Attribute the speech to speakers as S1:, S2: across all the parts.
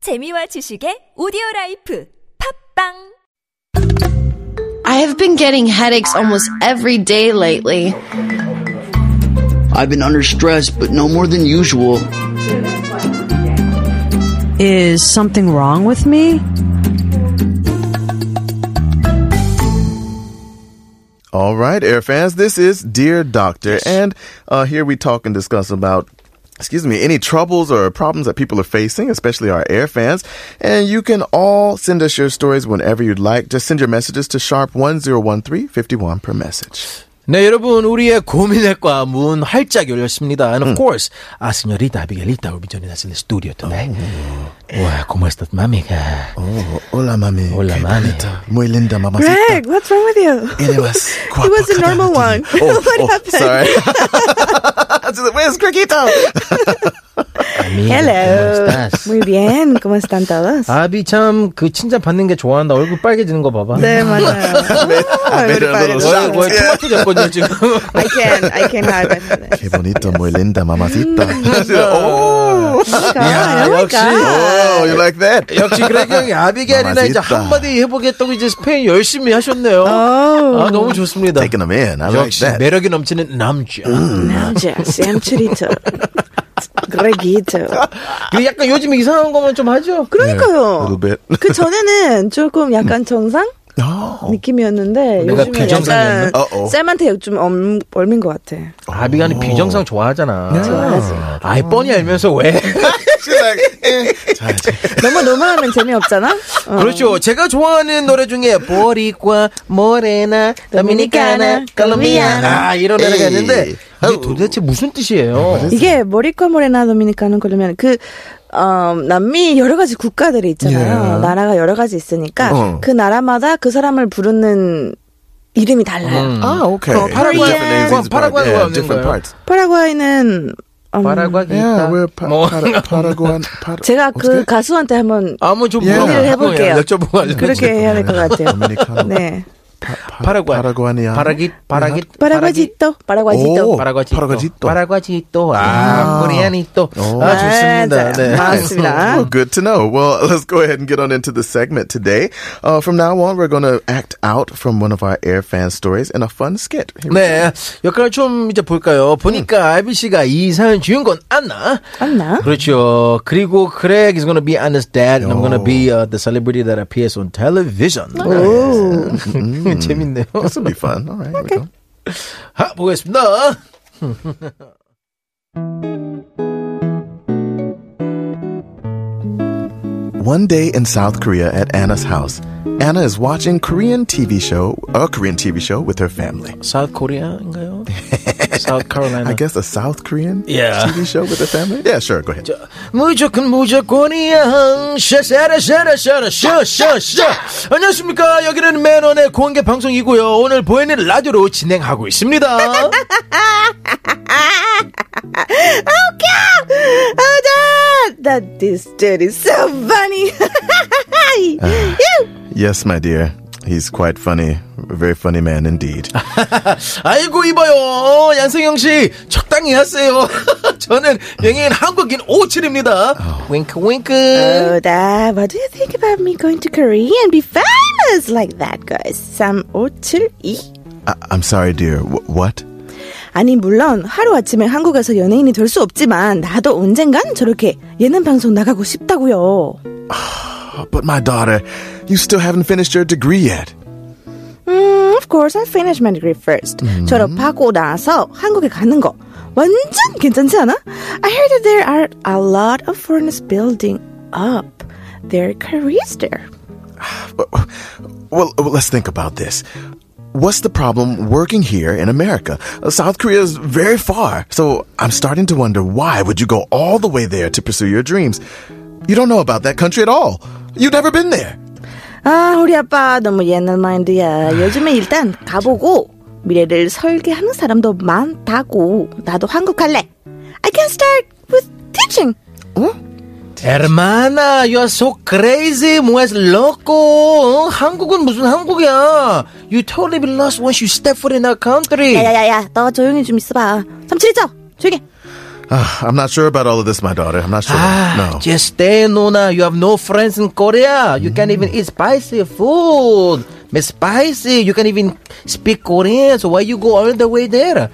S1: 재미와 지식의 오디오 라이프 팝빵
S2: I have been getting headaches almost every day lately.
S3: I've been under stress, but no more than usual.
S4: Is something wrong with me?
S5: All right, air fans, this is Dear Doctor, and uh, here we talk and discuss about. Excuse me, any troubles or problems that people are facing, especially our air fans. And you can all send us your stories whenever you'd like. Just send your messages to sharp101351 per message.
S6: 네, 여러분, 우리의 고민의과 문 활짝 열렸습니다. And
S5: 음.
S6: of course, 아, a señorita Abigailita will be joining us in the studio today.
S5: 어,
S6: Wow, ¿cómo estás, mami?
S5: Oh, hola, mami.
S6: Hola,
S5: Qué
S6: mami.
S5: bonita. Muy linda, mamacita.
S7: Greg, what's wrong with you?
S5: Eres
S7: He was a
S5: guapa
S7: normal one.
S5: cada ratito.
S7: What
S5: oh,
S7: happened?
S5: Sorry. I was like, Where's Criquito?
S6: Amiga, ¿cómo
S7: Hello.
S6: estás?
S7: Muy bien, ¿cómo están todos?
S6: 아비 참 그 칭찬 받는 게 좋아한다. 얼굴 빨개지는 거 봐봐.
S7: 네, 맞아요.
S5: I made it a little
S6: 뭐야,
S5: shocked.
S6: 뭐야,
S5: Yeah.
S6: 토마토 잡거든요, 지금.
S7: I can, I can hide it.
S5: Qué bonito, muy linda, mamacita. oh,
S7: Oh my god,
S6: Yeah,
S7: oh my
S6: 역시.
S7: god.
S5: oh, you like that?
S6: 역시 그래 형이 아비게일이나 이제
S5: 맛있다.
S6: 한마디 해보겠다고 이제 스페인 열심히 하셨네요. 아 너무 좋습니다.
S5: Taking them in. I like
S6: 역시
S5: that.
S6: 매력이 넘치는 남자.
S5: 음.
S7: 남자, 샘추리터. 그레기터.
S6: 그리고 약간 요즘 이상한 거만 좀 하죠.
S5: A
S6: 네,
S5: little
S7: 그러니까요.
S5: bit.
S7: 그 전에는 조금 약간 정상
S5: Oh.
S7: 느낌이었는데
S6: 내가 그
S7: 요즘에
S6: 비정상이었나?
S7: 약간
S5: 어어.
S7: 쌤한테 좀 얼- 얼민 것 같아.
S6: 아비가 는 비정상 좋아하잖아. 어. 네. 아이 뻔히 알면서 왜?
S5: She's like, eh.
S7: 너무 노멀하면 재미없잖아. 어.
S6: 그렇죠. 제가 좋아하는 노래 중에 보리과 모레나
S7: 도미니카나, 콜롬비아나.
S6: 아, 이런 아, 노래가
S5: 에이.
S6: 있는데 이게 도대체 무슨 뜻이에요?
S7: 이게 모리과 모레나 도미니카는 그러면 그 어, 남미 여러 가지 국가들이 있잖아요. 나라가 여러 가지 있으니까
S5: 예. 어.
S7: 그 나라마다 그 사람을 부르는 이름이 달라요. 아,
S5: Ah, okay.
S6: Well, Paraguay-
S5: Different names in
S6: Well, Paraguay
S5: yeah,
S6: was in
S5: different
S6: there.
S5: parts.
S7: 파라과이는 음,
S6: 바라과 기타.
S5: Yeah, we're pa-
S6: 뭐
S5: para- Paraguay. Par-
S7: 제가
S5: 어떻게?
S7: 그 가수한테 한번
S6: 한번 아, 뭐 좀
S5: 예.
S6: 물어보고
S7: 얘기를 해볼게요.
S6: 그냥 여쭤보고 하죠.
S7: 그렇게 해야 될 것
S5: 도미니카나.
S7: 같아요. 네.
S6: 바라과
S5: 바라과니아나?
S6: 바라기 네. 바라기
S7: 파라과지또,
S5: 오.
S7: 파라과지또.
S6: 바라과지또
S5: 바라과지또.
S6: 바라과지또. 아 코리안이또 아 좋습니다 네.
S5: Ah,
S7: 맞습니다.
S5: Well, good to know. Well, let's go ahead and get on into the segment today. Uh, from now on, we're going to act out from one of our air fan stories in a fun skit. Here we
S6: 네, 역할을 좀 이제 볼까요? 보니까 알비 씨가 이 사연 지은 건 안나.
S7: 안나?
S6: 그렇죠. 그리고 Craig is gonna be Anna's dad, and I'm gonna be uh, the celebrity that appears on television. 음. 재밌네요.
S5: go. This will be fun. All right. Here we go.
S6: 하, 보겠습니다.
S5: One day in South Korea at Anna's house, Anna is watching Korean TV show, a Korean TV show with her family.
S6: South Korea인가요? South Carolina.
S5: I guess a South Korean
S6: Yeah.
S5: TV show with her family? Yeah, sure, go ahead.
S6: 무조건 무조건이야 샤샤라샤라샤라샤샤샤 안녕하십니까 여기는 매너의 공개 방송이고요 오늘 보이는 라디오로 진행하고 있습니다
S7: 아, Oh, God! That this dude is so funny!
S5: 아. Yes, my dear. He's quite funny. A very funny man indeed.
S6: 아이고 이봐요 양승영씨 적당히 하세요 저는 명예인 한국인 오칠입니다 윙크 윙크
S7: Oh, that. What do you think about me going to Korea and be famous like that, guys? Sam oh, 오칠이.
S5: I- I'm sorry, dear. Wh- what?
S7: 아니 물론 하루 아침에 한국에서 연예인이 될 수 없지만 나도 언젠간 저렇게 예능 방송 나가고 싶다고요.
S5: Oh, But my daughter, you still haven't finished your degree yet.
S7: 음, of course I finish my degree first. 졸업하고 나서 한국에 가는 거 완전 괜찮지 않아? I heard that there are a lot of foreigners building up their careers there.
S5: Well, well, let's think about this. What's the problem working here in America? Uh, South Korea is very far, so I'm starting to wonder why would you go all the way there to pursue your dreams? You don't know about that country at all. You've never been there.
S7: 아, 우리 아빠 너무 옛날 마인드야. 요즘에 일단 가보고 미래를 설계하는 사람도 많다고. 나도 한국 갈래. I can start with teaching.
S6: Hermana, you are so crazy, 뭐 mueres loco. 한국은 무슨 한국이야? You totally be lost once you step foot in our country.
S7: 야야야야, 너 조용히 좀 있어봐. 삼칠이죠? 조용히.
S5: Uh, I'm not sure about all of this, my daughter. I'm not sure.
S6: Ah,
S5: no.
S6: just stay, Nona. You have no friends in Korea. You can't even eat spicy food. Miss Spicy, you can't even speak Korean. So why you go all the way there?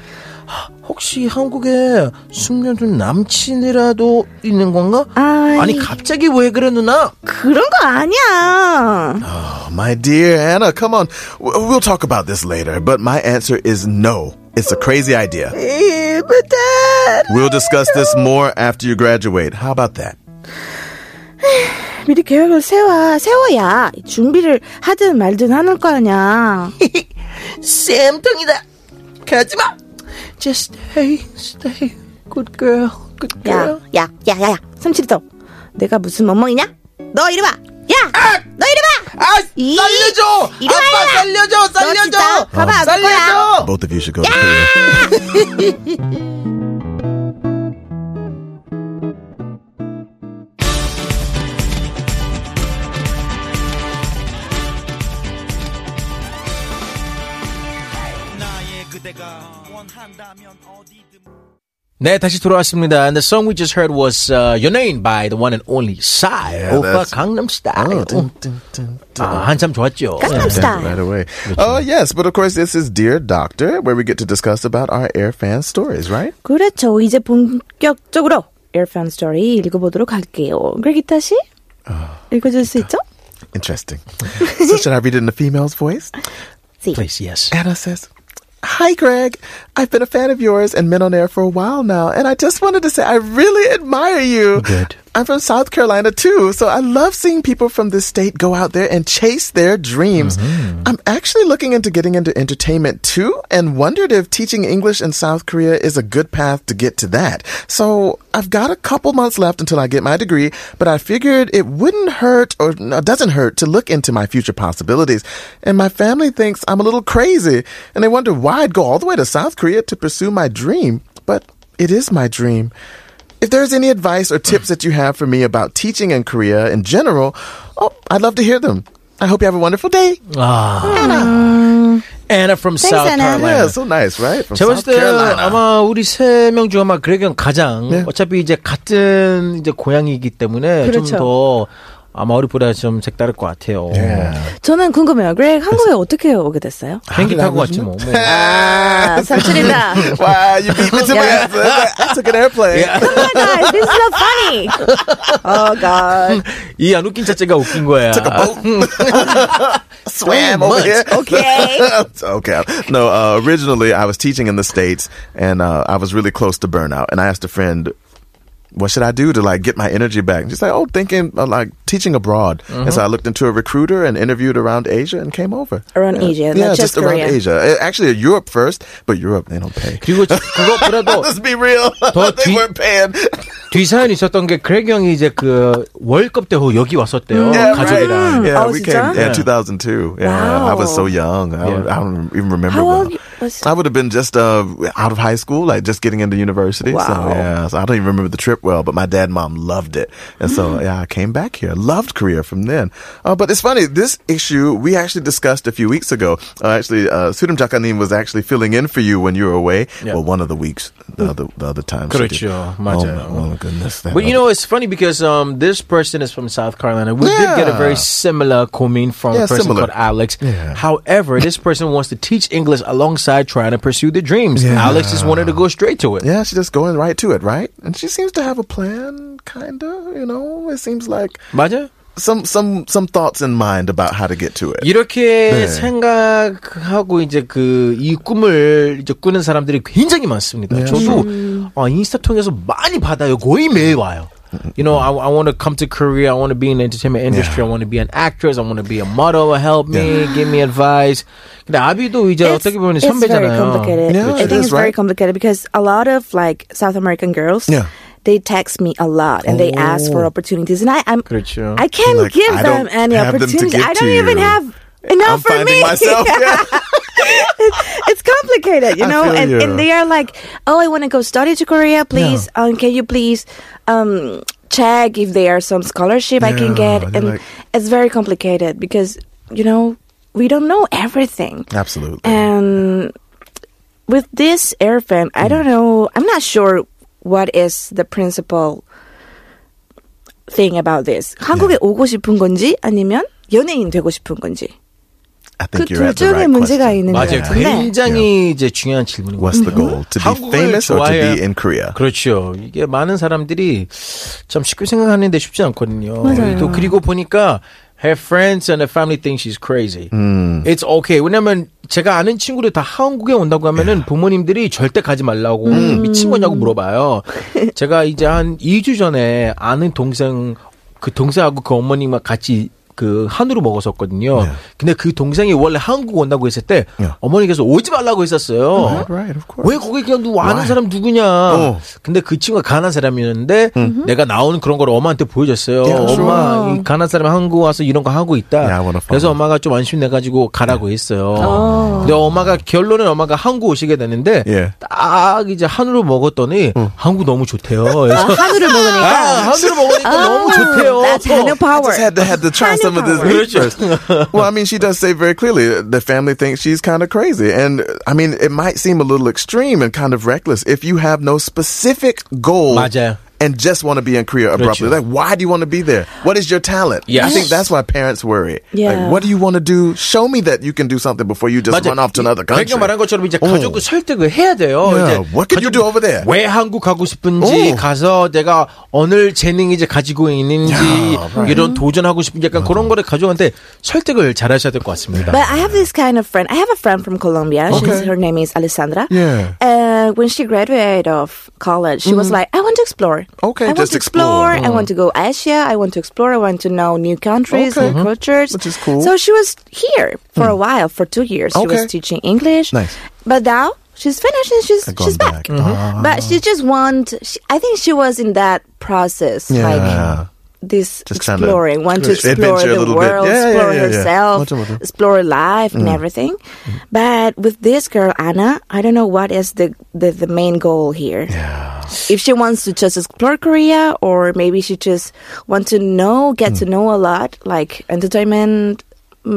S6: 혹시 한국에 숙련된 남친이라도 있는 건가?
S7: 아이.
S6: 아니 갑자기 왜 그래 누나?
S7: 그런 거 아니야.
S5: Oh, my dear Anna, come on. W- We'll talk about this later, but my answer is no. It's a crazy idea.
S7: 에이, but dad.
S5: We'll discuss this more after you graduate. How about that?
S7: 미리 계획을 세워 세워야 준비를 하든 말든 하는 거 아니야.
S6: 쌤통이다. 가지마. Just stay, stay. Good girl, good girl.
S7: 야야야야야 삼칠이도 내가 무슨 멍멍이냐? 너 이리 와. 야, 너 이리 와.
S6: 아,
S7: 이-
S6: 살려줘!
S7: 이리
S6: 아빠
S7: 와라!
S6: 살려줘! 살려줘!
S7: 진짜 가방 안
S6: 살려줘! 아!
S5: Both of you should go to Korea.
S6: 네, 다시 돌아왔습니다. And the song we just heard was uh, 연예인 by the one and only uh, Psy. 오빠
S5: that's- Oh,
S6: 강남 스타일.
S5: Dun, dun, dun, dun.
S6: Mm. 아, 한참 좋았죠.
S7: 강남 스타일.
S5: Right away. Oh, yes, but of course, this is Dear Doctor, where we get to discuss about our air fan stories, right?
S7: 그렇죠. 이제 본격적으로 에어편 스토리 읽어보도록 할게요. 그레기타 씨 읽어줄 수 있죠?
S5: Interesting. so, should I read it in the female's voice?
S7: 네.
S6: Please, yes.
S5: Anna says, Hi, Greg. I've been a fan of yours and Men on Air for a while now, and I just wanted to say I really admire you.
S6: Good.
S5: I'm from South Carolina too, so I love seeing people from this state go out there and chase their dreams.
S6: Mm-hmm.
S5: I'm actually looking into getting into entertainment too, and wondered if teaching English in South Korea is a good path to get to that. So I've got a couple months left until I get my degree, but I figured it wouldn't hurt or no, doesn't hurt to look into my future possibilities. And my family thinks I'm a little crazy, and they wonder why I'd go all the way to South Korea to pursue my dream. But it is my dream. If there's any advice or tips that you have for me about teaching in Korea in general, oh, I'd love to hear them. I hope you have a wonderful day.
S6: Anna from
S7: Thanks,
S6: South
S7: Anna.
S5: Yeah,
S6: Carolina.
S5: so nice, right? From
S6: 제가 봤을
S5: South
S6: 때
S5: Carolina. 네.
S6: 아마 우리 세 명 중 아마 그레이 형 가장 어차피 이제 같은 이제 고향이기 때문에
S7: 그렇죠.
S6: 좀 더 아마 우리보다 좀 색다를 것 같아요.
S7: 저는 궁금해요. 그렉 한국에 어떻게 오게 됐어요?
S6: 비행기 타고 갔지 뭐. 뭐.
S7: 아, 삼칠이다.
S5: wow, you beat me to my answer. I took an airplane.
S7: Oh my god, this is not funny. Oh god.
S6: 이 안 웃긴 자체가 웃긴 거야.
S5: 뭐. Oh. Swam over here.
S7: Okay.
S5: okay. No, uh, originally I was teaching in the States and uh, I was really close to burnout. And I asked a friend, what should I do to like get my energy back? And she's like, oh, thinking uh, like teaching abroad. And
S7: Mm-hmm.
S5: so I looked into a recruiter and interviewed around Asia and came over.
S7: Around
S5: yeah.
S7: Asia, not
S5: Yeah,
S7: just
S5: around
S7: Korea.
S5: Asia. Uh, Actually, Europe first, but Europe, they don't pay.
S6: 그리고 저- 그것보다도
S5: Let's be real.
S6: 더
S5: they
S6: 뒤-
S5: weren't paying.
S6: 뒷사연이 있었던 게 크레이 형이 이제 그 월컵 때 후 여기 왔었대요.
S5: Yeah,
S6: 가족이랑.
S5: right. Yeah,
S7: Oh,
S5: we
S7: 진짜?
S5: came. Yeah, 2002. Yeah, I was so young. I, don't, I don't even remember.
S7: How
S5: when-
S7: old was-
S5: I would have been just uh, out of high school, like just getting into university.
S7: Wow.
S5: So yeah, so I don't even remember the trip well, but my dad and mom loved it, and
S7: Mm.
S5: so yeah, I came back here. Loved Korea from then. Uh, but it's funny. This issue we actually discussed a few weeks ago. Uh, actually, uh, Sudam Jakanim was actually filling in for you when you were away. Well, one of the weeks, the other, the other time. she did.
S6: 그렇죠.
S5: Oh,
S6: 맞아요.
S5: my- Oh, my goodness. that
S6: But you
S5: other-
S6: know, it's funny because um, this person is from South Carolina. We did get a very
S5: Yeah.
S6: similar comment from
S5: Yeah,
S6: a person
S5: similar.
S6: called Alex.
S5: Yeah.
S6: However, this person wants to teach English alongside trying to pursue their dreams.
S5: Yeah.
S6: Alex just wanted to go straight to it.
S5: Yeah, she's just going right to it, right? And she seems to have a plan, kind of. You know, it seems like
S6: 맞아?
S5: some some some thoughts in mind about how to get to it.
S6: 이렇게
S5: 네.
S6: 생각하고 이제 그 이 꿈을 이제 꾸는 사람들이 굉장히 많습니다.
S5: 네.
S6: 저도
S7: 음.
S6: 어, 인스타 통해서 많이 받아요. 거의 매일 와요. You know, I, I want to come to Korea. I want to be in the entertainment industry. I want to be an actress. I want to be a model. Help me. Give me advice. 근데 아비도 이제
S7: It's,
S6: 어떻게 보면
S7: it's very
S6: 선배잖아요.
S7: complicated.
S5: Yeah,
S7: I
S5: it
S7: think
S5: is,
S7: it's very
S5: right?
S7: complicated because a lot of like South American girls,
S5: Yeah.
S7: they text me a lot and they ask for opportunities, and I, I'm,
S6: Oh. 그렇죠.
S7: I can't
S5: Like,
S7: give
S5: I
S7: them
S5: don't
S7: any
S5: have them to
S7: opportunity.
S5: give
S7: I
S5: to
S7: don't even
S5: you.
S7: have enough
S5: I'm
S7: for
S5: finding
S7: me.
S5: myself. Yeah.
S7: it's complicated, you
S5: I
S7: know.
S5: feel
S7: And,
S5: you.
S7: and they are like, "Oh, I want to go study to Korea. Please, um, can you please um, check if there are some scholarship I can
S5: Yeah,
S7: get?"
S5: they're
S7: And
S5: like-
S7: it's very complicated because you know we don't know everything.
S5: Absolutely.
S7: Um, And with this airfan, I don't know. I'm not sure what is the principal thing about this? 한국에 오고 싶은 건지 아니면 연예인 되고 싶은 건지.
S5: I
S7: 그
S5: think you're
S7: 둘
S5: at the
S7: 중에
S5: right
S7: 문제가
S5: question.
S7: 있는 거
S6: 맞아요.
S7: 같은데.
S6: 굉장히 이제 중요한 질문인
S5: What's the goal? To be
S6: 한국을
S5: famous or to
S6: 좋아해야-
S5: be in Korea?
S6: 그렇죠. 이게 많은 사람들이 참 쉽게 생각하는데 쉽지 않거든요. 또 그리고 보니까 her friends and her family think she's crazy. It's okay. 왜냐면 제가 아는 친구들 다 한국에 온다고 하면은 부모님들이 절대 가지 말라고 미친 거냐고 물어봐요. 제가 이제 한 2주 전에 아는 동생 그 동생하고 그 어머님과 같이 그 한우를 먹었었거든요. 근데 그 동생이 원래 한국 온다고 했을 때
S5: Yeah.
S6: 어머니께서 오지 말라고 했었어요.
S5: Uh-huh. Right, of course.
S6: 왜 거기 그냥 누 아는
S5: Why?
S6: 사람 누구냐.
S5: 어. 음.
S6: 근데 그 친구가 가난 사람이었는데 내가 나오는 그런 걸 엄마한테 보여줬어요.
S5: Yeah, sure.
S6: 엄마 이 가난 사람 한국 와서 이런 거 하고 있다.
S5: Yeah, I wanna follow. 아.
S6: 그래서 엄마가 좀 안심 내 가지고 가라고 했어요. 근데 엄마가 결론은 엄마가 한국 오시게 되는데
S5: Yeah.
S6: 딱 이제 한우를 먹었더니 한국 너무 좋대요. 그래서
S7: 한우를
S6: 아,
S7: 먹으니까. 아,
S6: 한우를 먹으니까 너무 좋대요.
S7: That's
S6: 또
S7: Hanu
S5: I
S7: power.
S5: just had to had to try some of this meat
S6: Richard.
S5: first. Well, I mean, she does say very clearly the family thinks she's kind of crazy, and I mean, it might seem a little extreme and kind of reckless if you have no specific goal.
S6: 맞아요.
S5: And just want to be in Korea abruptly.
S6: Richard.
S5: Like, why do you want to be there? What is your talent? Yeah, I
S6: Yes.
S5: think that's why parents worry.
S7: Yeah.
S5: Like, what do you want to do? Show me that you can do something before you just run off to another country.
S6: 백가 그러니까 말한 것처럼 이제
S5: 어.
S6: 가족을 그 설득을 해야 돼요.
S5: Yeah,
S6: 이제
S5: what can you do over there?
S6: 왜 한국 가고 싶은지
S5: 오.
S6: 가서 내가 어느 재능이 이제 가지고 있는지 이런 도전하고 싶은 약간 그런 거를 가족한테 설득을 잘 하셔야 될 것 같습니다.
S7: But I have this kind of friend. I have a friend from Colombia. She's, her name is Alessandra.
S5: Yeah. Mm-hmm.
S7: And when she graduated of college, she was like, "I want to explore.
S5: Okay,
S7: I want
S5: just
S7: to
S5: explore.
S7: explore. I want to go Asia. I want to explore. I want to know new countries,
S5: Okay. Mm-hmm.
S7: new cultures,
S5: Which is cool. Mm.
S7: So she was here for a while, for two years. She
S5: Okay.
S7: was teaching English.
S5: Nice.
S7: But now she's finished and she's
S5: And gone
S7: she's
S5: back.
S7: back.
S5: Mhm.
S7: But she just want. She, I think she was in that process,
S5: Yeah.
S7: like this
S5: Just kinda
S7: exploring, want to
S5: adventure
S7: explore
S5: a
S7: the
S5: little bit.
S7: world,
S5: Yeah, yeah,
S7: explore
S5: yeah, yeah.
S7: herself,
S5: 맞아, 맞아.
S7: explore life
S5: Mm.
S7: and everything. But with this girl Anna, I don't know what is the the, the main goal here. If she wants to just explore Korea, or maybe she just want to know, get
S5: Mm.
S7: to know a lot, like entertainment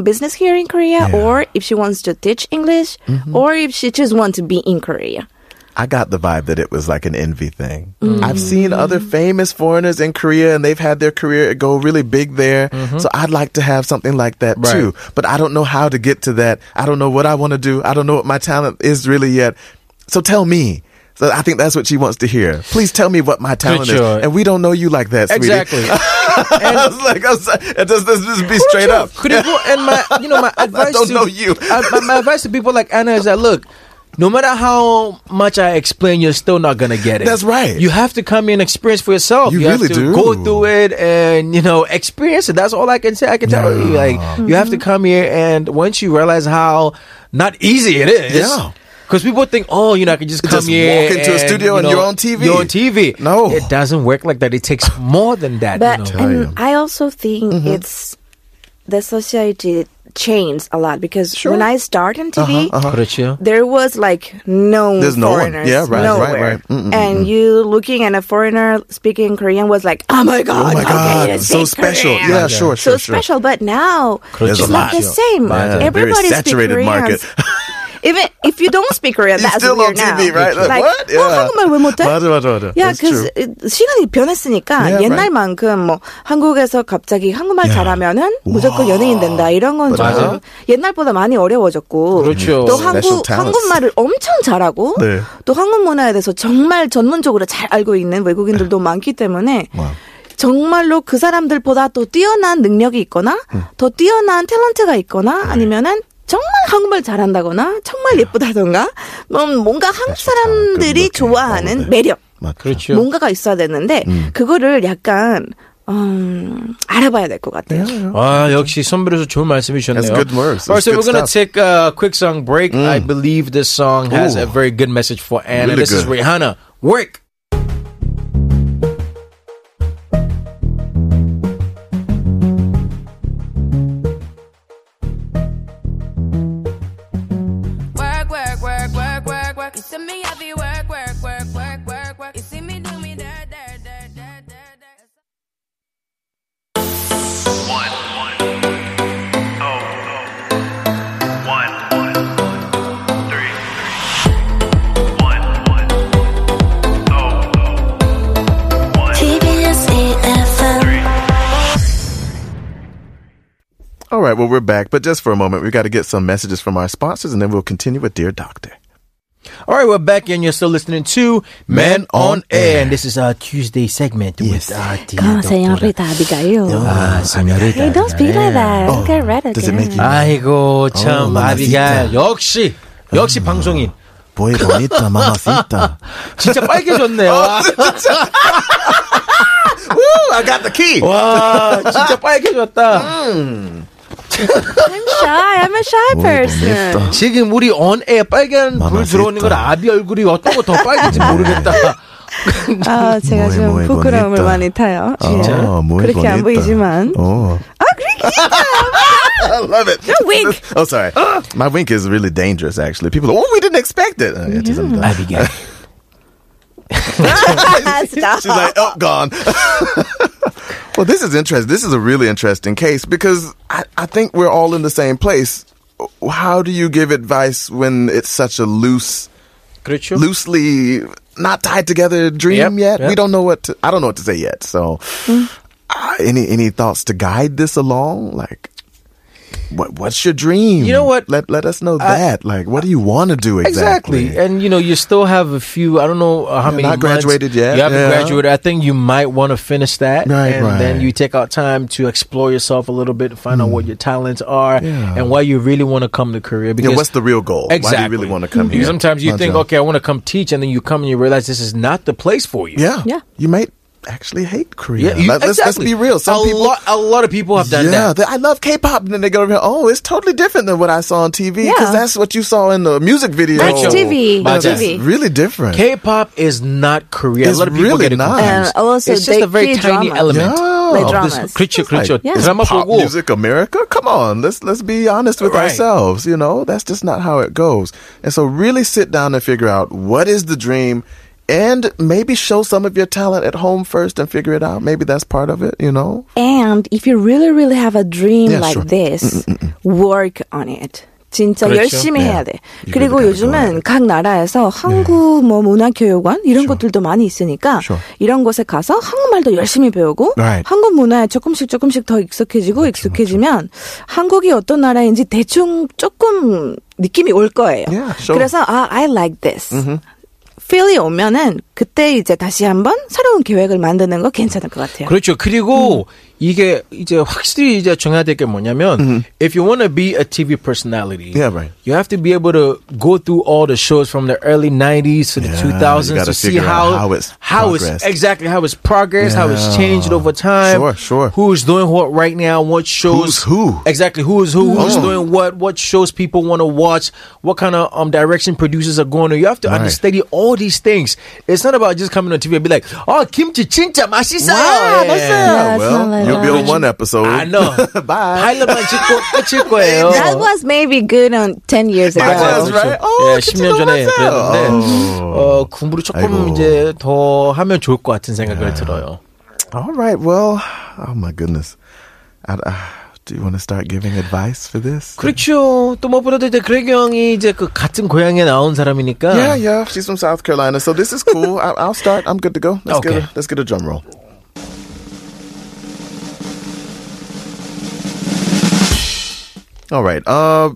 S7: business here in Korea, or if she wants to teach English,
S5: Mm-hmm.
S7: or if she just want to be in Korea.
S5: I got the vibe that it was like an envy thing. I've seen other famous foreigners in Korea and they've had their career go really big there. So I'd like to have something like that
S6: Right.
S5: too. But I don't know how to get to that. I don't know what I want to do. I don't know what my talent is really yet. So tell me. So I think that's what she wants to hear. Please tell me what my talent
S6: Good
S5: is.
S6: job.
S5: And we don't know you like that, sweetie.
S6: Exactly.
S5: I was like, I'm sorry. Just, just, just be straight up.
S6: 그리고 and my you know my advice
S5: don't
S6: to
S5: know you.
S6: I, my, my advice to people like Anna is that look. No matter how much I explain, you're still not gonna get it.
S5: That's right.
S6: You have to come in and experience for yourself.
S5: You really
S6: have
S5: do.
S6: to go through it and you know experience it. That's all I can say. I can tell you, like you have to come here and once you realize how not easy it is.
S5: Yeah.
S6: Because people think, oh, you know, I can just come
S5: Just
S6: here,
S5: walk into a
S6: and,
S5: studio
S6: you
S5: and
S6: know,
S5: you're on TV.
S6: You're on TV.
S5: No.
S6: it doesn't work like that. It takes more than that.
S7: But
S6: you know?
S5: you.
S7: and I also think
S5: Mm-hmm.
S7: it's the society changed a lot because when I started in TV,
S6: 그렇죠.
S7: there was like no
S5: Uh-huh, There's no one.
S7: foreigners,
S5: Yeah, right, right,
S7: nowhere.
S5: right. Mm, mm,
S7: And you looking at a foreigner speaking Korean was like, oh my god,
S5: Oh my
S7: okay,
S5: God.
S7: it's
S5: so
S7: in
S5: special.
S7: Korean.
S5: Yeah, sure,
S7: So
S5: sure, sure.
S7: special, but now
S5: There's
S7: it's
S5: a lot.
S7: not the same.
S5: Yeah. Very
S7: Everybody speaks
S5: saturated
S7: Korean.
S5: market.
S7: Even if you don't speak Korean,
S5: You're
S7: that's
S5: still on
S7: weird now.
S5: TV, right? Like,
S7: Like,
S5: what?
S7: 어, 한국말 왜 못해?
S5: 맞아, 맞아, 맞아.
S7: 야,
S5: That's true.
S7: 그 시간이 변했으니까
S5: Yeah,
S7: 옛날만큼 뭐 한국에서 갑자기 한국말 잘하면은 무조건 연예인 된다 이런 건
S5: 맞아요.
S7: 좀 옛날보다 많이 어려워졌고
S6: 그렇죠.
S7: 또
S5: Special
S7: 한국
S5: talents.
S7: 한국말을 엄청 잘하고
S5: 네.
S7: 또 한국 문화에 대해서 정말 전문적으로 잘 알고 있는 외국인들도 많기 때문에 정말로 그 사람들보다 더 뛰어난 능력이 있거나 더 뛰어난 탤런트가 있거나 아니면은 정말 한국말 잘한다거나 정말 예쁘다던가 뭐 뭔가 한국 사람들이 좋아하는 매력
S6: 그렇죠.
S7: 뭔가가 있어야 되는데 그거를 약간 음, 알아봐야 될 것 같아요.
S6: 아 역시 선배로서 좋은 말씀이 주셨네요.
S5: That's good words.
S6: All right, so
S5: That's
S6: we're
S5: good Mm.
S6: gonna take a quick song break. I believe this song has
S5: Ooh.
S6: a very good message for Anna.
S5: Really
S6: this is
S5: good.
S6: Rihanna. Work.
S8: Work, work, work, work, work, work. You see me heavy work, work, work, work, work, work. You see me do me dirt, dirt, dirt, dirt, dirt, dirt.
S9: One, one, oh,
S5: All right, well, we're back, but just for a moment, we got to get some messages from our sponsors, and then we'll continue with Dear Doctor.
S6: All right, we're back, and you're still listening to Men on Air. And this is our Tuesday segment
S5: Yes.
S6: with uh, dear
S7: Come on,
S6: Doctor.
S7: señorita Abigail.
S6: Ah, señorita.
S7: Hey, don't speak like that.
S5: Oh,
S7: Get red again.
S5: does it make you-
S7: Ah.
S6: 아이고 참
S5: 어,
S6: 아비가일
S5: 진짜.
S6: 역시 역시 방송인
S5: Boy, bonita, mamacita.
S6: 진짜 빨개졌네요. 와,
S5: I got the key.
S6: 와, 진짜 빨개졌다.
S7: I'm shy. I'm a shy person.
S6: 지금 우리 언에 빨간
S5: 마마시타.
S6: 불 들어오는 걸 아비 얼굴이 어떤 거 더 빨개지 모르겠다.
S7: 아, 제가
S5: 뭐해,
S7: 좀
S5: 뭐해,
S7: 부끄러움을
S5: bonita.
S7: 많이 타요. 예.
S5: 아, 뭐해,
S7: 그렇게
S5: Oh, bonita.
S7: 안 보이지만.
S5: Oh,
S7: 아, 그렇게.
S5: I love it. No
S7: wink.
S5: oh, sorry. My wink is really dangerous, actually. People are, oh, we didn't expect it. Uh, yeah, just- I'm done.
S6: 아비가일.
S5: She's like, oh, gone. well, this is interesting. This is a really interesting case because I, I think we're all in the same place. How do you give advice when it's such a loose,
S6: 그렇죠.
S5: loosely not tied together dream
S6: Yep,
S5: yet?
S6: yep. Mm.
S5: We don't know what to, I don't know what to say yet. So, uh, any any thoughts to guide this along? Like, what what's your dream?
S6: You know what?
S5: Let let us know that. Like, what do you want to do exactly?
S6: Exactly. And you know, you still have a few. I don't know uh, how
S5: You're
S6: many.
S5: not
S6: months.
S5: graduated yet.
S6: You haven't
S5: Yeah.
S6: graduated. I think you might want to finish that,
S5: Right,
S6: and
S5: right. Hmm.
S6: then you take out time to explore yourself a little bit, find out what your talents are,
S5: Yeah.
S6: and why you really want to come to Korea. Because
S5: yeah, what's the real goal?
S6: exactly? Mm-hmm.
S5: Why do you really want to come
S6: because
S5: here?
S6: sometimes you
S5: Not
S6: think,
S5: John.
S6: okay, I want to come teach, and then you come and you realize this is not the place for you.
S5: Yeah.
S7: Yeah.
S5: You might actually hate Korea.
S6: Yeah, you,
S5: Let, us let's be
S6: exactly.
S5: real. Some
S6: a
S5: people.
S6: lot, a lot of people have done
S5: yeah,
S6: that.
S5: they- I love K-pop, and then they go over here. Oh, it's totally different than what I saw on TV because
S7: Yeah.
S5: that's what you saw in the music video.
S7: That's
S5: Yeah,
S7: TV,
S5: that's
S7: TV.
S5: really different.
S6: K-pop is not Korea.
S5: It's
S6: a lot of people
S5: really
S6: get it
S5: not.
S6: confused.
S7: And Um, also
S6: it's just
S7: they
S6: a very tiny
S7: K-drama.
S6: element.
S5: yeah,
S7: Like
S5: Of
S7: drama.
S5: this-
S7: dramas.
S6: 그렇죠,
S5: like,
S6: 그렇죠.
S5: is
S6: 드라마
S5: pop
S6: 보고
S5: music America. Come on, let's let's be honest with
S6: Right.
S5: ourselves. You know, that's just not how it goes. And so, really sit down and figure out what is the dream, and maybe show some of your talent at home first and figure it out. Maybe that's part of it. You know,
S7: And if you really, really have a dream
S5: Yeah,
S7: like
S5: sure. Mm,
S7: this, work on it. 진짜
S6: 그렇죠.
S7: 열심히
S5: 네.
S7: 해야 돼.
S5: You
S7: 그리고
S5: really gotta go at it.
S7: 요즘은 각 나라에서 한국 뭐 문화교육원 이런 것들도 많이 있으니까
S5: Sure.
S7: 이런 곳에 가서 한국말도 열심히 배우고
S5: Right. 그렇죠,
S7: 한국 문화에 조금씩 조금씩 더 익숙해지고 익숙해지면 한국이 어떤 나라인지 대충 조금 느낌이 올 거예요.
S5: Yeah, sure. Mm-hmm.
S7: 그래서 아, I like this. 필이 오면은 그때 이제 다시 한번 새로운 계획을 만드는 거 괜찮을 것 같아요.
S6: 그렇죠. 그리고 이게 이제 확실히 이제 정해야 될 게 뭐냐면 if you want to be a TV personality,
S5: Yeah, right.
S6: you have to be able to go through all the shows from the early 90s to the
S5: Yeah,
S6: 2000s
S5: you
S6: to
S5: gotta
S6: see
S5: figure
S6: how
S5: out how it's
S6: how it's-
S5: progressed.
S6: exactly how it's progressed, how it's changed
S5: Yeah.
S6: over time.
S5: Sure, sure.
S6: Who's doing what right now? What shows?
S5: Who's who?
S6: Exactly. Who is who? Who's
S5: Oh.
S6: doing what? What shows people want to watch? What kind of um direction producers are going to? You have to
S5: Right.
S6: understand all these things. It's not about just coming on TV and be like, oh, kimchi 진짜 맛있어.
S5: Wow,
S6: Yeah.
S5: what's up?
S7: Yeah, it's not
S5: well,
S7: like uh,
S5: you'll be on
S7: that.
S5: one episode.
S6: I know.
S5: Bye.
S6: 하이라만 아, 찍고 끝일 거예요.
S7: That was maybe good on 10 years ago.
S5: That was,
S6: 그렇죠.
S5: right? Oh,
S6: 예, 10년 전에
S5: 괜찮아, 맞아요.
S6: 그랬는데 어, 공부를 조금
S5: 아이고. 예.
S6: 이제 더 하면 좋을 것 같은 생각을 들어요.
S5: All right. Well, oh my goodness. I, uh, do you want to start giving advice for this?
S6: 그렇죠. 또 무엇보다도 이제 그레기 형이 이제 그 같은 고향에 나온 사람이니까
S5: Yeah, yeah. She's from South Carolina, so this is cool. I, I'll start. I'm good to go. Let's
S6: Okay.
S5: get a, let's get a drum roll. All right. Uh,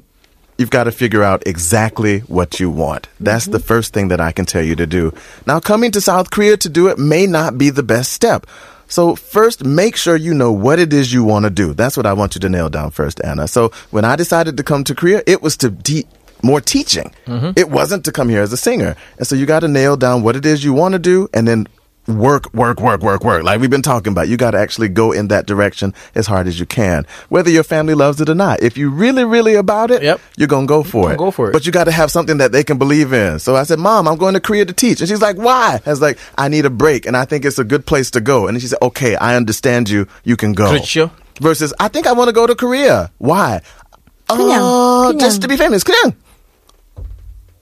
S5: you've got to figure out exactly what you want. That's the first thing that I can tell you to do. Now, coming to South Korea to do it may not be the best step. So, first, make sure you know what it is you want to do. That's what I want you to nail down first, Anna. So, when I decided to come to Korea, it was to de- more teaching. It wasn't to come here as a singer. And so, you got to nail down what it is you want to do and then work, work, work, work, work. Like we've been talking about, you got to actually go in that direction as hard as you can, whether your family loves it or not. If you really, really about it,
S6: Yep.
S5: you're gonna go for it.
S6: go for it.
S5: But you got to have something that they can believe in. So I said, "Mom, I'm going to Korea to teach," and she's like, "Why?" I was like, "I need a break, and I think it's a good place to go." And then she said, "Okay, I understand you. You can go."
S6: 그렇죠.
S5: Versus, I think I want to go to Korea. Why?
S7: 그냥,
S5: "Uh,
S7: 그냥."
S5: just to be famous. 그냥.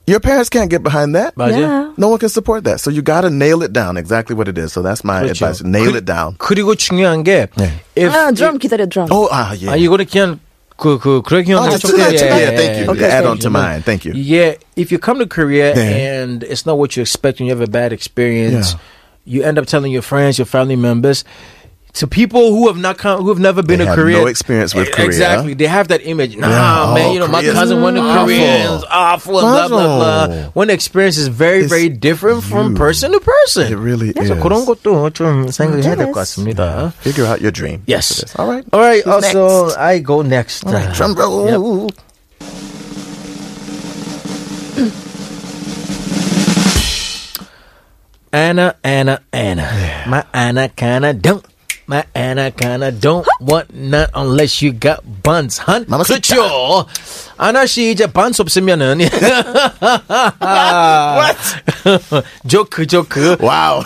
S5: Your parents can't get behind that.
S6: 맞아요.
S7: Yeah.
S5: No one can support that. So you got to nail it down exactly what it is. So that's my
S6: 그렇죠.
S5: advice. Nail
S6: 그-
S5: it down. 네.
S6: 그리고 중요한 게 if
S7: 아, 드럼 기다려, 드럼.
S5: Oh, ah, yeah.
S6: 아 이거는 그냥 그 그 그레기 형
S5: Oh, just to that, to
S6: 예,
S5: that. Thank you.
S7: Okay,
S5: Add
S7: okay.
S5: on to mine. Thank you.
S6: Yeah, if you come to Korea
S5: Yeah.
S6: and it's not what you expect and you have a bad experience,
S5: Yeah.
S6: you end up telling your friends, your family members, So people who have not come, who have never been
S5: They have
S6: to Korea,
S5: no experience with
S6: E-
S5: Korea.
S6: Exactly, they have that image.
S5: Yeah.
S6: Nah, man,
S5: Oh,
S6: you know my
S5: Korea's
S6: cousin went to
S5: awful.
S6: Korea, and it was awful, and blah blah blah.
S5: 맞아.
S6: When the experience is very
S5: It's
S6: very different
S5: you.
S6: from person to person,
S5: It really
S6: 그래서
S5: is.
S6: 그런 것도 좀 생각해야 될 것
S7: jealous.
S6: 같습니다.
S5: Figure out your dream.
S6: Yes.
S5: After this. All right.
S6: All right,
S5: Who's
S6: also
S5: next?
S6: I go next.
S5: All right,
S6: Uh,
S5: drum roll.
S6: Anna, Anna, Anna. My Anna kinda don't. My Anna kinda don't want none unless you got buns, hun.
S5: Mama
S6: 그렇죠. 아나 씨 이제 buns 없으면은. What? joke, joke.
S5: Wow.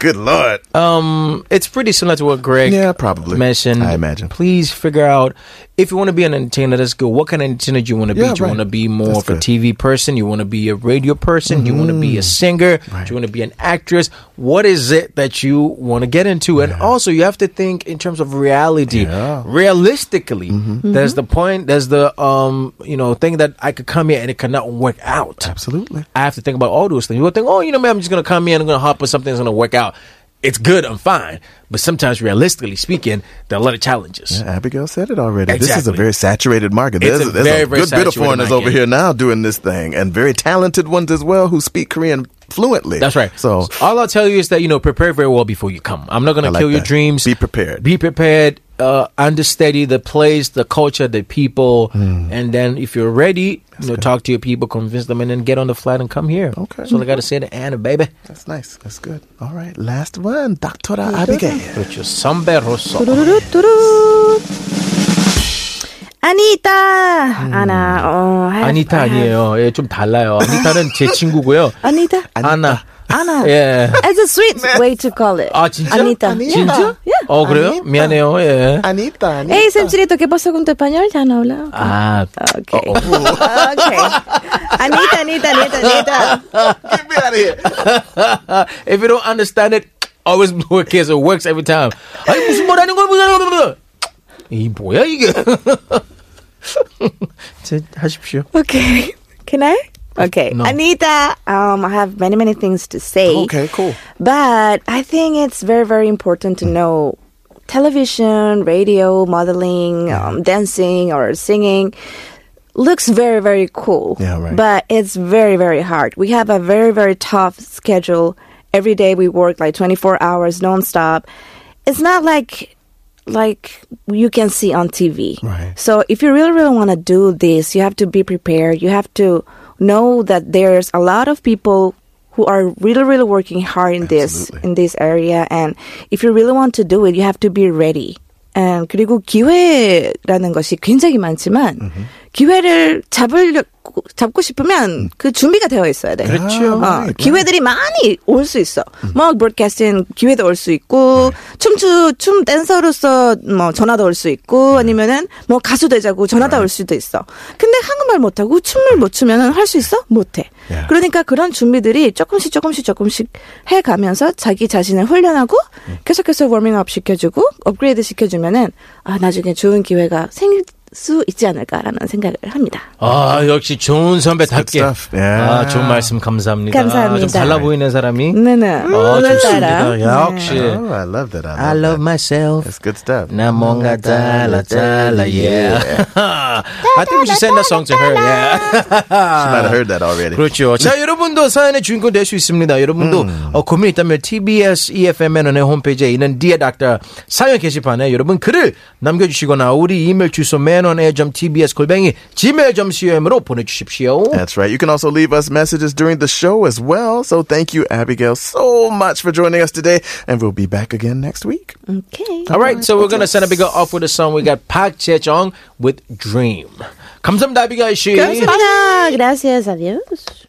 S5: Good lord.
S6: Um, it's pretty similar to what Greg
S5: Yeah, probably.
S6: mentioned.
S5: I imagine.
S6: Please figure out if you want to be an entertainer. That's good. What kind of entertainer do you want to be?
S5: Yeah,
S6: do you
S5: right.
S6: want to be more
S5: That's
S6: of a
S5: good. Mm-hmm.
S6: TV person? You want to be a radio person? Do you want to be a singer? Do you want to be an actress? What is it that you want to get into? And also, you have to think in terms of reality.
S5: Yeah. Mm-hmm.
S6: Realistically, there's the point. There's the um, you know, thing that I could come here and it could not work out.
S5: Absolutely.
S6: I have to think about all those things. You'll think, oh, you know, man, I'm just going to come in, I'm going to hop on something that's going to work out. It's good, I'm fine. But sometimes, realistically speaking, there are a lot of challenges.
S5: Abigail said it already. This is a
S6: Exactly.
S5: very saturated market.
S6: It's
S5: There's,
S6: a
S5: there's
S6: very,
S5: a
S6: very
S5: good bit of
S6: saturated
S5: foreigners over
S6: market.
S5: here now doing this thing, and very talented ones as well who speak Korean fluently.
S6: That's right.
S5: So
S6: all I'll tell you is that, you know, prepare very well before you come. I'm not going
S5: I
S6: to
S5: like
S6: kill your
S5: that.
S6: dreams.
S5: Be prepared.
S6: Be prepared. Uh, understudy the place, the culture, the people.
S5: Hmm.
S6: And then if you're ready, you know, talk to your people, convince them, and then get on the flight and come here.
S5: Okay.
S6: So I got to say to Anna, baby.
S5: that's nice. That's good. All right. Last one, Doctora Abigail.
S6: Put your sombrero
S7: 뚜루루뚜루. 아니다.
S5: Hmm.
S7: 아나. 어, oh, I have-
S6: 아니타
S7: I have-
S6: 아니에요. 예, 좀 달라요. 아니타는 제 친구고요.
S7: 아니다.
S6: 아나.
S7: 아나.
S6: 예.
S7: As a sweet way to call it.
S5: Ah,
S6: 아 진짜?
S7: 아니다.
S6: 진짜? 어 그래요?
S5: 아니다.
S6: 미안해요. 예.
S5: Anita. Anita.
S7: Hey, Sanchirito, ¿qué pasó con tu español? Ya no hablaba.
S6: 아.
S7: Okay. okay. Anita, Anita, Anita, Anita.
S5: Get me out of here.
S6: If you don't understand it, always blow a kiss. It works every time. 아니 무슨 말하는 거야? 무슨 말하는 거야? 이 뭐야 이게? 제 하십시오.
S7: Okay. Can I? Okay.
S6: No.
S7: Anita, um, I have many, many things to say.
S5: Okay, cool.
S7: But I think it's very, very important to know television, radio, modeling, um, dancing, or singing looks very, very cool.
S5: Yeah, right.
S7: But it's very, very hard. We have a very, very tough schedule. Every day we work like 24 hours nonstop. It's not like like you can see on TV.
S5: Right.
S7: So if you really, really want to do this, you have to be prepared. You have to know that there's a lot of people who are really, really working hard in this
S5: Absolutely.
S7: in this area. And if you really want to do it, you have to be ready. And 그리고 기회라는 것이 굉장히 많지만 기회를 잡으려 잡고 싶으면 그 준비가 되어 있어야 돼.
S5: 그렇죠.
S7: 어,
S5: Right,
S7: 기회들이 많이 올 수 있어. 뭐 브로드캐스팅 기회도 올 수
S6: 네.
S7: 있고 춤추 춤 댄서로서 뭐 전화도 올 수
S6: 네.
S7: 있고 아니면은 뭐 가수 되자고 전화도 올 수도 있어. 근데 한국말 못하고 춤을 못 추면은 할 수 있어? 못해.
S6: 네.
S5: Yeah.
S7: 그러니까 그런 준비들이 조금씩 조금씩 조금씩 해가면서 자기 자신을 훈련하고
S6: 네.
S7: 계속해서 워밍업 시켜주고 업그레이드 시켜주면은 아 나중에 좋은 기회가 생길 수 있지 않을까라는 생각을 합니다.
S6: 아 역시 좋은 선배답게.
S5: Good stuff.
S6: 아 좋은
S5: Yeah.
S6: 말씀 감사합니다. 좀
S7: 감사합니다.
S6: 달라 보이는 사람이.
S7: 네네.
S6: 아
S7: 음, 오늘따라 네.
S6: 좋습니다. 역시.
S5: Oh, I love that. I love,
S6: I love
S5: that.
S6: myself.
S5: That's good stuff.
S6: 나 뭔가 달라 달라 yeah. I think we should send that song to her. Yeah.
S5: She might have heard that already.
S6: 그렇죠. 자 여러분도 사연의 주인공 될 수 있습니다. 여러분도 어, 고민 이 있다면 TBS EFMN의 홈페이지에 있는 디에 닥터 사연 게시판에 여러분 글을 남겨주시거나 우리 이메일 주소 manonair.tbs 골뱅이 gmail.com으로 보내주십시오.
S5: That's right. You can also leave us messages during the show as well. So thank you, Abigail, so much for joining us today. And we'll be back again next week.
S7: 음, 오케이.
S6: All right, so we're gonna send Abigail off with a song. We got Park Jae-jung with Dream. 감사합니다, 아비가이 씨.
S7: 감사합니다. Gracias a Dios.